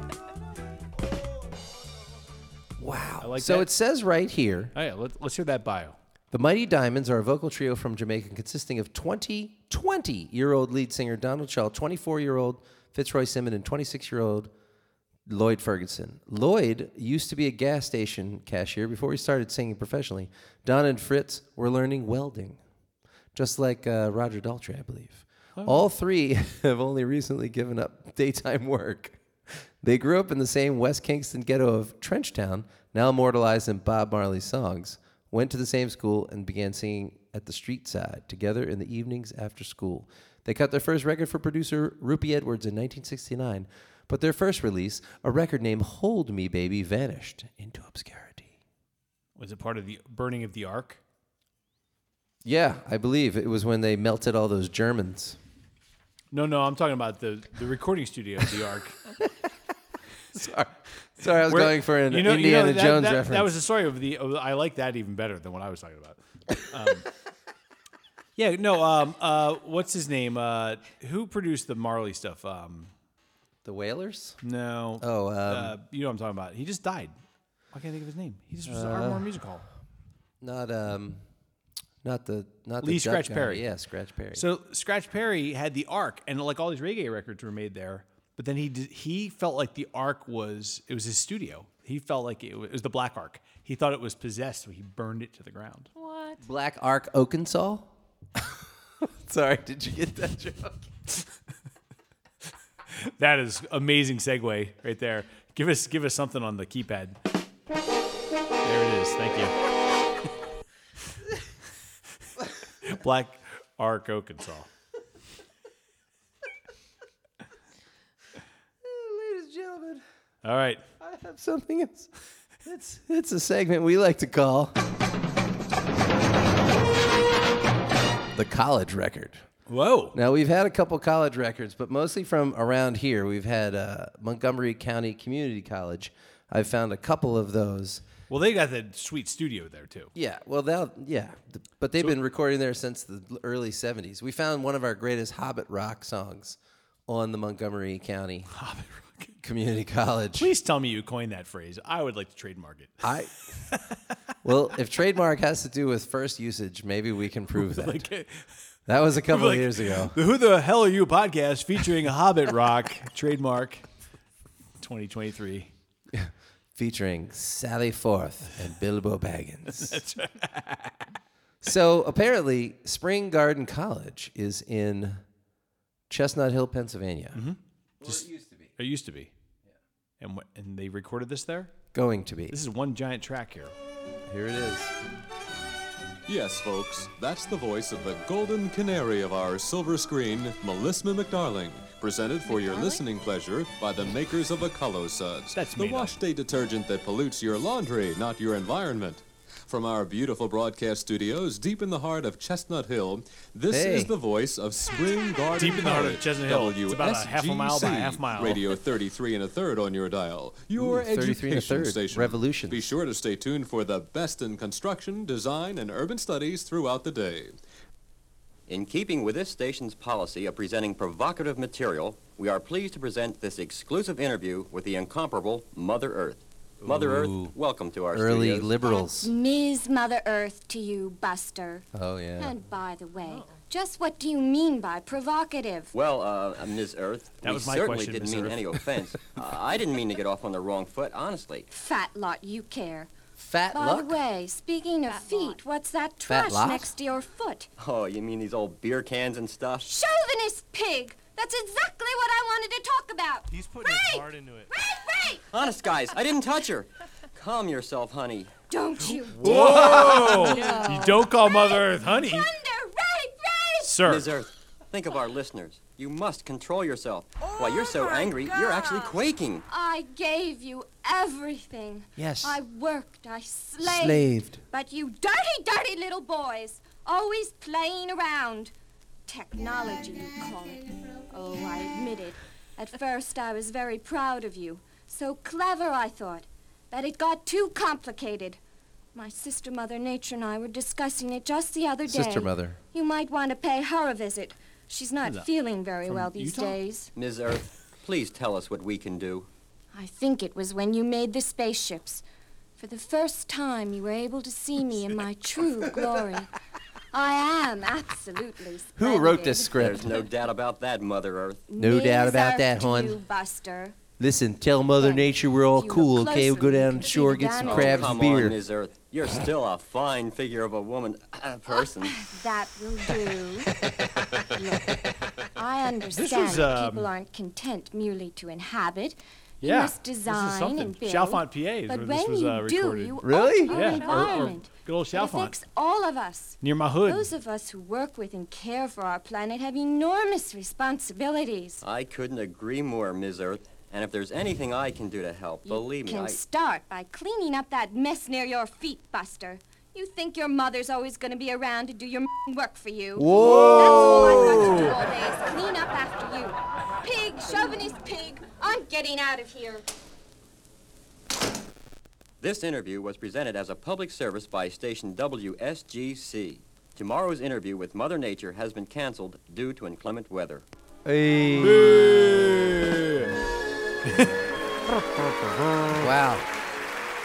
A: wow.
C: I like
A: so
C: that.
A: it says right here,
C: Oh yeah, let, let's hear that bio.
A: the Mighty Diamonds are a vocal trio from Jamaica consisting of 20 20-year-old lead singer Donald Shaw, 24-year-old Fitzroy Simon, and 26-year-old Lloyd Ferguson. Lloyd used to be a gas station cashier before he started singing professionally. Don and Fritz were learning welding, just like uh, Roger Daltrey, I believe. All three *laughs* have only recently given up daytime work. They grew up in the same West Kingston ghetto of Trenchtown, now immortalized in Bob Marley's songs, went to the same school, and began singing at the street side together in the evenings after school. They cut their first record for producer Rupee Edwards in 1969, but their first release, a record named Hold Me Baby, vanished into obscurity.
C: Was it part of the burning of the Ark?
A: Yeah, I believe it was when they melted all those Germans.
C: No, no, I'm talking about the, the recording studio of
A: *laughs*
C: the Ark.
A: Sorry, sorry, I was
C: Where-
A: going for an
C: you know- you know,
A: Indiana
C: that-
A: Jones
C: that,
A: reference.
C: That was the story of the. Of, I like that even better than what I was talking about. Um,
A: *laughs*
C: yeah, no. Um, uh, what's his name? Uh, who produced the Marley stuff? Um,
A: the Whalers.
C: no.
A: Oh, um,
C: uh, you know what I'm talking about. He just died. I can't I think of his name. He just was at
I: Uh.
C: Ardmore Music Hall.
A: not um, not the not
C: Lee
A: the Duck
C: Scratch
A: guy.
C: Perry.
A: Yeah, Scratch Perry.
C: So Scratch Perry had the Ark, and like all these reggae records were made there. But then he did, he felt like the Ark was it was his studio. He felt like it was, it was the Black Ark. He thought it was possessed, so he burned it to the ground.
B: What?
A: Black Ark Arkansas. *laughs* sorry, did you get that joke?
C: That is amazing segue right there. Give us give us something on the keypad. There it is. Thank you. *laughs* Black Ark, Arkansas.
A: *laughs* Ladies and gentlemen,
C: All right.
A: I have something else. It's it's a segment we like to call the college record.
C: Whoa.
A: Now we've had a couple college records, but mostly from around here. We've had uh, Montgomery County Community College. I've found a couple of those.
C: Well, they got the sweet studio there too.
A: Yeah, well, they'll, yeah, th- but they've been recording there since the l- early '70s. We found one of our greatest Hobbit rock songs on the Montgomery County
C: Hobbit Rock.
A: Community College.
C: Please tell me you coined that phrase. I would like to trademark it.
A: I, well, if trademark has to do with first usage, maybe we can prove that.
C: Like,
A: that was a couple
C: like-
A: of years ago.
C: the Who the Hell Are You podcast featuring Hobbit Rock *laughs* trademark 2023.
A: featuring Sally Forth and Bilbo Baggins. so apparently, Spring Garden College is in Chestnut Hill, Pennsylvania.
C: It used to be. And wh- and they recorded this there?
A: Going to be.
C: This is one giant track here.
A: Here it is.
J: Yes, folks, that's the voice of the golden canary of our silver screen, Melissa McDarling, presented for your listening pleasure by the makers of Acolo Suds,
C: That's
J: the
C: made up.
J: wash day detergent that pollutes your laundry, not your environment. From our beautiful broadcast studios deep in the heart of Chestnut Hill, this
A: Hey.
J: is the voice of Spring Garden
C: Deep in the heart of
J: College,
C: Chestnut Hill. It's about a half a mile by a
J: WSGC,
C: half mile.
J: Radio 33 and a third on your dial. Your
A: Ooh, 33
J: education
A: and a third.
J: station.
A: Revolution.
J: Be sure to stay tuned for the best in construction, design, and urban studies throughout the day.
I: In keeping with this station's policy of presenting provocative material, we are pleased to present this exclusive interview with the incomparable Mother Earth. Mother
A: Ooh.
I: Earth, welcome to our
A: Early
I: studios.
A: liberals.
K: Ms. Mother Earth to you, Buster.
A: Oh, yeah.
K: And by the way, just what do you mean by provocative?
I: Well, uh, Ms. Earth,
C: That
I: we
C: was my
I: certainly
C: question,
I: didn't
C: Ms.
I: mean
C: Earth. *laughs*
I: any offense. uh, I didn't mean to get off on the wrong foot, honestly.
K: Fat lot you care.
A: Fat
K: by the way, speaking of feet, what's that
I: Fat
K: trash
I: lot?
K: next to your foot?
I: Oh, you mean these old beer cans and stuff?
K: Chauvinist pig! That's exactly what I wanted to talk about. He's putting his heart into it.
I: Honest, guys, I didn't touch her. Calm yourself, honey.
K: Don't you
C: Whoa!
K: No.
C: You don't call Mother Earth honey. Sir.
I: Ms. Earth, think of our listeners. You must control yourself. Why, you're so angry, you're actually quaking.
K: I gave you everything.
I: Yes.
K: I worked, I slaved.
I: Slaved.
K: But you dirty, dirty little boys, always playing around. Technology, you call it. Oh, I admit it. At first, I was very proud of you. So clever, I thought. But it got too complicated. My sister Mother Nature and I were discussing it just the other day.
A: Sister Mother.
K: You might want to pay her a visit. She's not
I: Who's that?
K: feeling very
I: From
K: well these
I: Utah?
K: days.
I: Ms. Earth, please tell us what we can do.
K: I think it was when you made the spaceships. For the first time, you were able to see me in my true glory. I am absolutely.
A: Who wrote this script?
I: There's no doubt about that, Mother Earth.
A: No doubt about that,
K: hon.
A: hon.
K: Buster.
A: Listen, tell Mother Nature we're all
K: you look
A: cool, okay? We'll go
K: closer, you
A: down
K: can see
A: shore,
K: the
A: get some
K: diamond.
A: crabs
I: Oh, Come
A: and
I: on,
A: beer.
I: Ms. Earth. You're still a fine figure of a woman, a person.
K: That will do. Look,
C: *laughs*
K: I understand
C: was,
K: that
C: um,
K: people aren't content merely to inhabit.
C: Yeah,
K: you must
C: this is
K: design
C: something.
K: and build.
C: Chalfont, PA is
K: but
C: where
K: when
C: this was,
K: you
C: uh,
K: do,
C: recorded.
K: you
C: Really?
K: alter
C: Yeah. Or-
K: Our
C: or
K: environment.
C: good old
K: It
C: Chalfont.
K: affects all of us.
C: Near my hood.
K: Those of us who work with and care for our planet have enormous responsibilities.
I: I couldn't agree more, Ms. Earth. And if there's anything I can do to help, believe me,
K: Can
I: I.
K: start by cleaning up that mess near your feet, Buster. You think your mother's always going to be around to do your *laughs* work for you? That's all I've got to do all day is clean up after you. Pig, chauvinist pig, I'm getting out of here.
I: This interview was presented as a public service by station WSGC. Tomorrow's interview with Mother Nature has been canceled due to inclement weather.
A: wow.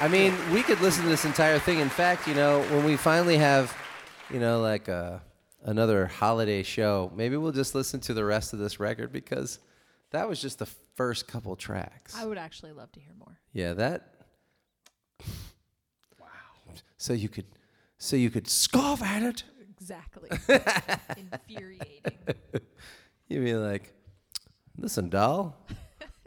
A: I mean, we could listen to this entire thing. In fact, you know, when we finally have, you know, like uh, another holiday show, maybe we'll just listen to the rest of this record because that was just the first couple tracks.
B: I would actually love to hear more.
A: Yeah, that. Wow. So you could, so you could scoff at it. *laughs*
B: Exactly. Infuriating.
A: You'd be like, "Listen, doll.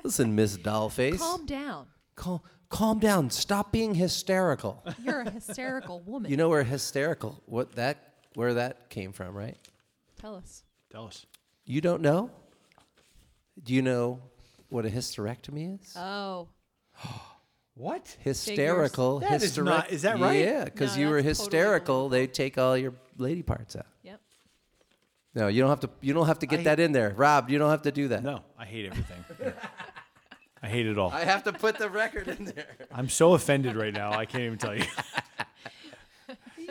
A: Listen, Miss Dollface.
B: Calm down.
A: Calm, calm down. Stop being hysterical.
B: You're a hysterical woman.
A: you know we're hysterical. What that? Where that came from, right?
B: Tell us.
C: Tell us.
A: You don't know? Do you know what a hysterectomy
C: Uh,
A: is?
B: Oh.
C: What?
A: Hysterical.
C: That is
A: hystere-
C: not- is that right?
A: Yeah, because
B: No,
A: you were
B: that's totally
A: hysterical. they take all your lady parts out.
B: Yep.
A: No, you don't have to. You don't have to get
C: I-
A: that in there, Rob. You don't have to do that.
C: No, I hate everything. I hate it all.
A: I have to put the record in there.
C: I'm so offended right now. I can't even tell you.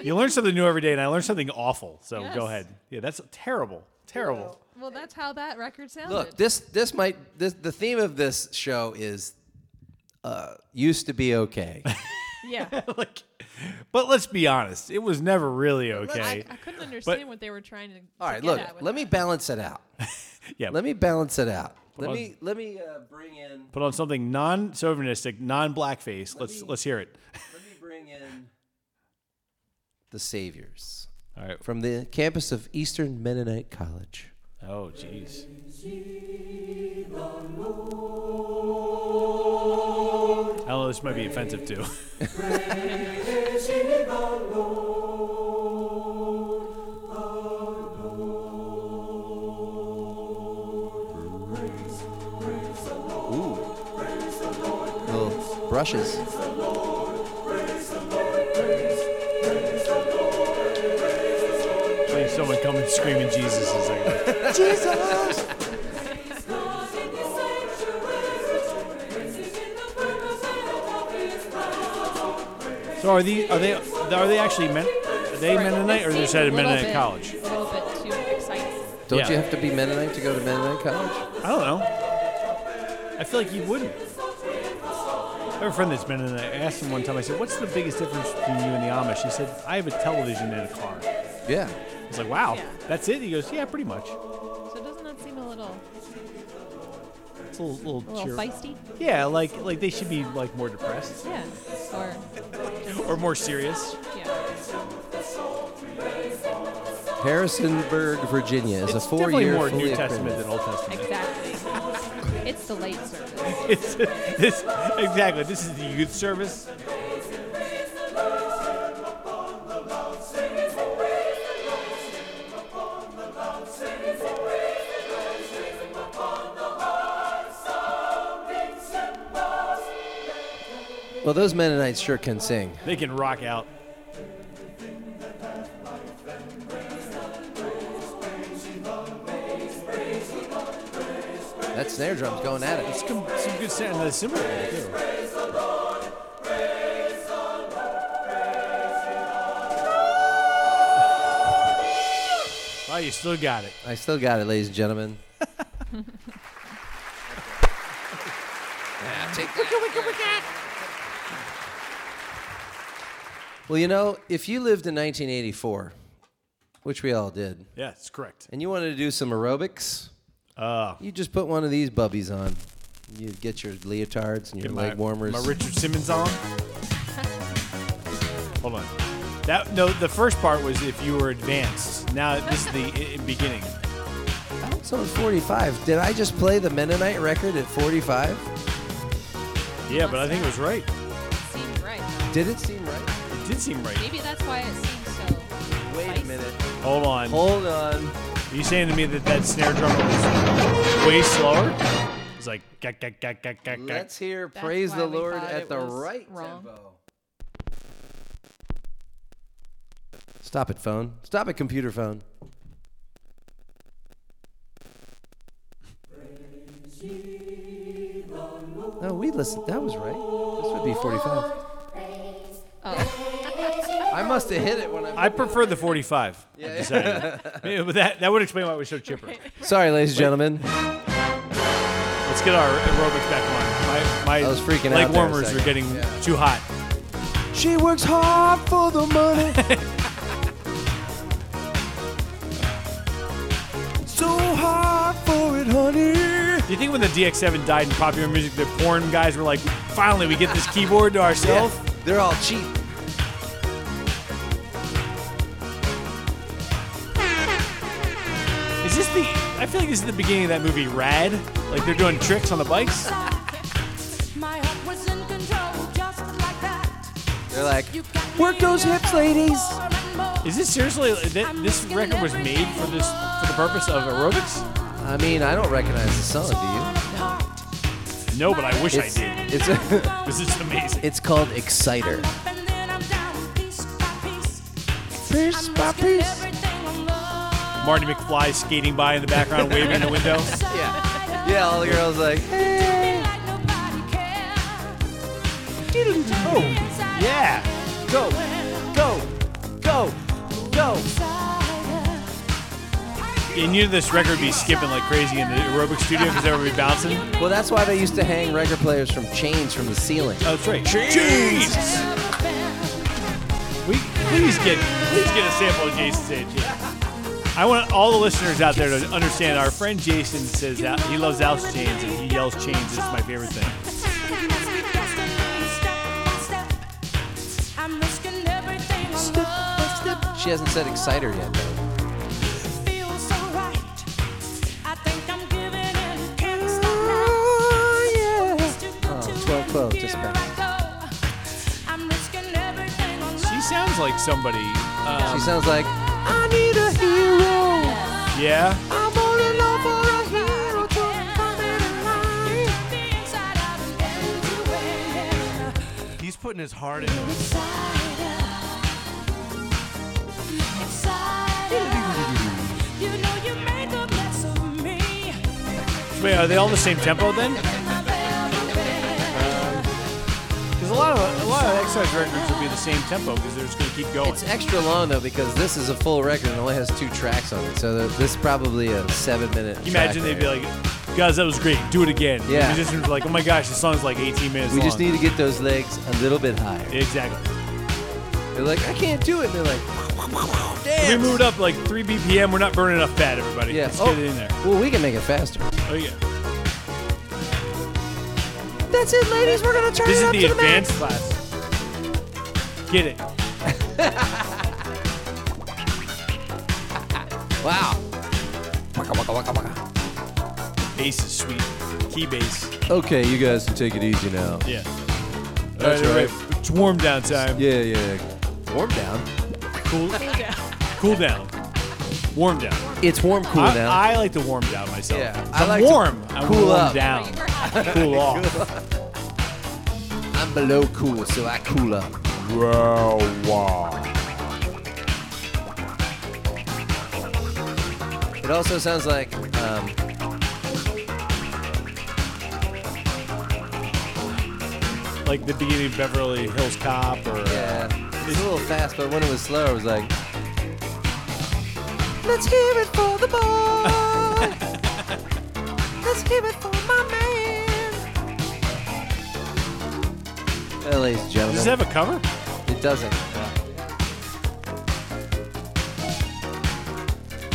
C: you learn something new every day, and I learned something awful. So
B: Yes.
C: go ahead. Yeah, that's terrible. Terrible.
B: Well, that's how that record
A: *laughs*
B: sounded.
A: Look, this this might this the theme of this show is uh, used to be
C: *laughs*
A: okay.
B: yeah.
C: like, but let's be honest. It was never really okay.
B: I, I
A: *laughs*
B: couldn't understand what they were trying to.
A: All right, look, let me balance it out.
C: *laughs* Yeah.
A: Let me balance it out. Let
C: on-
A: me let me uh, bring in
C: Put on something non-chauvinistic, non-blackface. let's let's hear it.
A: let me bring in the saviors
C: All right.
A: from the campus of Eastern Mennonite College.
C: Oh, jeez. I don't know. This might be offensive too. *laughs*
A: Ooh. Little brushes.
C: Please, someone come and screaming Jesus is like,
A: Jesus.
C: So are these are they are they actually men? Are they Mennonite or they just at Mennonite college?
B: A little bit too exciting.
A: Don't
C: Yeah.
A: you have to be Mennonite to go to Mennonite College?
C: I don't know. I feel like you wouldn't. I have a friend that's been in. I asked him one time. I said, "What's the biggest difference between you and the Amish?" He said, "I have a television and a car."
A: Yeah.
C: I was like, "Wow, that's it." He goes, "Yeah, pretty much."
B: So doesn't that seem a little,
C: It's a little,
B: a little
C: cheer-
B: feisty?
C: Yeah, like like they should be like more depressed
B: Yeah. Or
C: or more serious.
A: Harrisonburg, Virginia is
C: It's
A: a
C: definitely
A: four-year
C: more
A: fully
C: New Testament
A: accredited-
C: than Old Testament.
B: exactly. *laughs* it's the late service.
C: *laughs* It's, this, exactly. This is the youth service.
A: Well, those Mennonites sure can sing.
C: They can rock out.
A: That snare drum's going at it.
C: It's com- some good sound. uh, The cymbal roll, too. Well, you still got it.
A: I still got it, ladies and gentlemen. Yeah, take- Well, you know, if you lived in 1984, which we all did,
C: Yeah, it's correct.
A: and you wanted to do some aerobics,
C: uh,
A: you just put one of these bubbies on. You get your leotards and your
C: Get
A: leg
C: my,
A: warmers.
C: My Richard Simmons on. Hold on. That no, the first part was if you were advanced. Now this is the i- i- beginning.
A: Someone's 45. Did I just play the Mennonite record at 45?
C: Yeah, but I think it was right.
B: Seems right.
A: Did it seem right?
C: It did seem right.
B: Maybe that's why it seems so.
A: Wait a minute.
C: Hold on.
A: Hold on.
C: Are you saying to me that that snare drummer was way slower? It's like gack, gack, gack, gack, gack, gack.
A: Let's hear
B: That's
A: Praise
B: why
A: the
B: we
A: Lord
B: thought
A: at
B: it
A: the
B: was
A: right
B: wrong.
A: tempo. Stop it, phone. Stop it, computer phone. No, we listened. That was right. This would be 45.
B: Oh.
A: I must have hit it when I.
C: I prefer the 45. Yeah. *laughs* yeah, but that, that would explain why it was so chipper.
A: Sorry, ladies and gentlemen.
C: Let's get our aerobics back on. My, my
A: I was freaking
C: leg
A: out there a
C: warmers were
A: second.
C: getting
A: Yeah.
C: too hot.
A: She works hard for the money. so hard for it, honey.
C: Do you think when the DX7 died in popular music, the porn guys were like, finally, we get this
A: *laughs*
C: keyboard to ourselves?
A: They're all cheap.
C: Is this the. I feel like this is the beginning of that movie, Rad. Like they're doing tricks on the bikes.
K: My heart was in control just like that.
A: They're like, work those hips, ladies.
C: Is this seriously. That, this record was made for this for the purpose of aerobics?
A: I mean, I don't recognize the song, do you?
C: No, but I wish
A: It's
C: I
A: *laughs*
C: did.
A: it's
C: This is amazing.
A: it's called Exciter. Piece by piece.
C: Marty McFly skating by in the background, waving in the window.
A: Yeah, yeah. All the girls like, hey,
C: Oh, yeah.
A: go, go, go, go.
C: And you knew this record would be skipping like crazy in the aerobics studio because they would be bouncing. Oh,
A: Well, that's why they used to hang record players from chains from the ceiling.
C: Oh, that's right. Jeez. We please get please get a sample of Jason's age. I want all the listeners out there to understand. Our friend Jason says that he loves house chains and he yells chains. It's my favorite thing.
A: She hasn't said Exciter yet, though. Oh, 12, 12, just back.
C: She sounds like somebody.
A: She
C: Um,
A: sounds like, I need a hero.
C: yeah.
A: I'm all in love for a hero to come in alive.
G: He's putting his heart into it.
C: Wait, are they all the same tempo then? Because a lot of a lot of exercise records will be Oh, the same tempo because they're just going to keep going.
A: It's extra long though because this is a full record and only has two tracks on it. So th- this is probably a seven minute.
C: Can you imagine
A: track
C: they'd be
A: there.
C: like, Guys, that was great. Do it again. The
A: Yeah.
C: musicians were like, oh my gosh, this song's like 18 minutes
A: We
C: long.
A: just need to get those legs a little bit higher.
C: Exactly.
A: They're like, I can't do it. And they're like,
C: We moved up like 3 BPM. We're not burning enough fat, everybody.
A: yeah.
C: Let's
A: oh,
C: get it in there.
A: Well, we can make it faster.
C: Oh, yeah.
A: That's it, ladies. We're gonna turn
C: This
A: it
C: is
A: up
C: the
A: to the
C: advanced
A: max.
C: class. Get it.
A: Wow.
C: Bass is sweet. Key bass.
A: Okay, you guys can take it easy now.
C: Yeah.
A: That's
C: All
A: right.
C: It's warm down time.
A: Yeah, yeah. Warm down.
C: Cool, cool down. Warm down.
A: It's warm, cool
C: I,
A: down.
C: I like to warm down myself.
A: Yeah,
C: If
A: I
C: I'm
A: like to
C: warm. I'm
A: cool
C: warm
A: up.
C: down. cool
A: *laughs*
C: off.
A: I'm below cool, so I cool up.
C: Wow, wow.
A: It also sounds like. Um,
C: Like the beginning of Beverly Hills Cop or.
A: yeah. It's a little fast, but when it was slower, it was like.
F: Let's hear it for the
C: *laughs*
F: boy. Let's hear it for my man.
A: Well, ladies and gentlemen.
C: Does this have a cover?
A: It doesn't.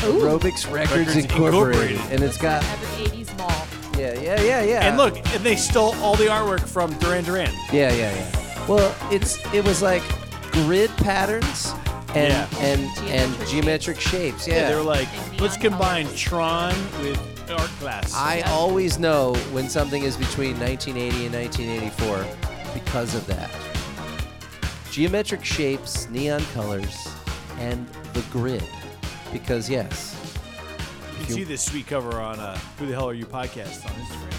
B: Ooh.
A: Aerobics Records,
C: Records
A: Incorporated.
C: Incorporated.
A: And it's got.
B: Every 80s mall.
A: Yeah, yeah, yeah, yeah.
C: And look, and they stole all the artwork from Duran Duran.
A: Yeah, yeah, yeah. Well, it's it was like grid patterns and
C: Yeah.
A: and and geometric shapes. Yeah.
C: They were like, let's combine Tron with art class.
A: I always know when something is between 1980 and 1984 because of that. Geometric shapes, neon colors, and the grid. Because yes,
C: you can see this sweet cover on uh, Who the Hell Are You podcast on Instagram.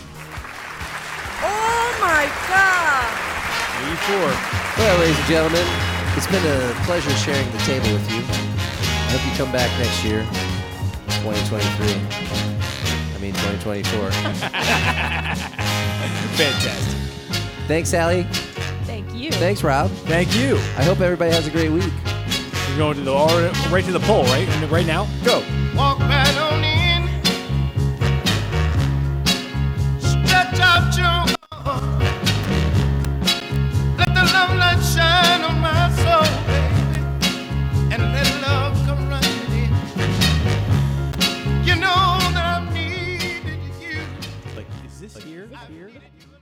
F: Oh my God.
C: 84.
A: Well, ladies and gentlemen, it's been a pleasure sharing the table with you. I hope you come back next year, 2023. I mean, 2024.
C: Fantastic.
A: Thanks, Allie.
B: Thank you.
A: Thanks, Rob.
C: Thank you.
A: I hope everybody has a great week.
C: We're going to the or- right to the poll, right? Right now?
A: Go.
F: Walk right on in. Stretch out your arm. Let the love light shine on my soul, baby. And let love come running in. You know that I've needed you.
C: Like, is this here? Here?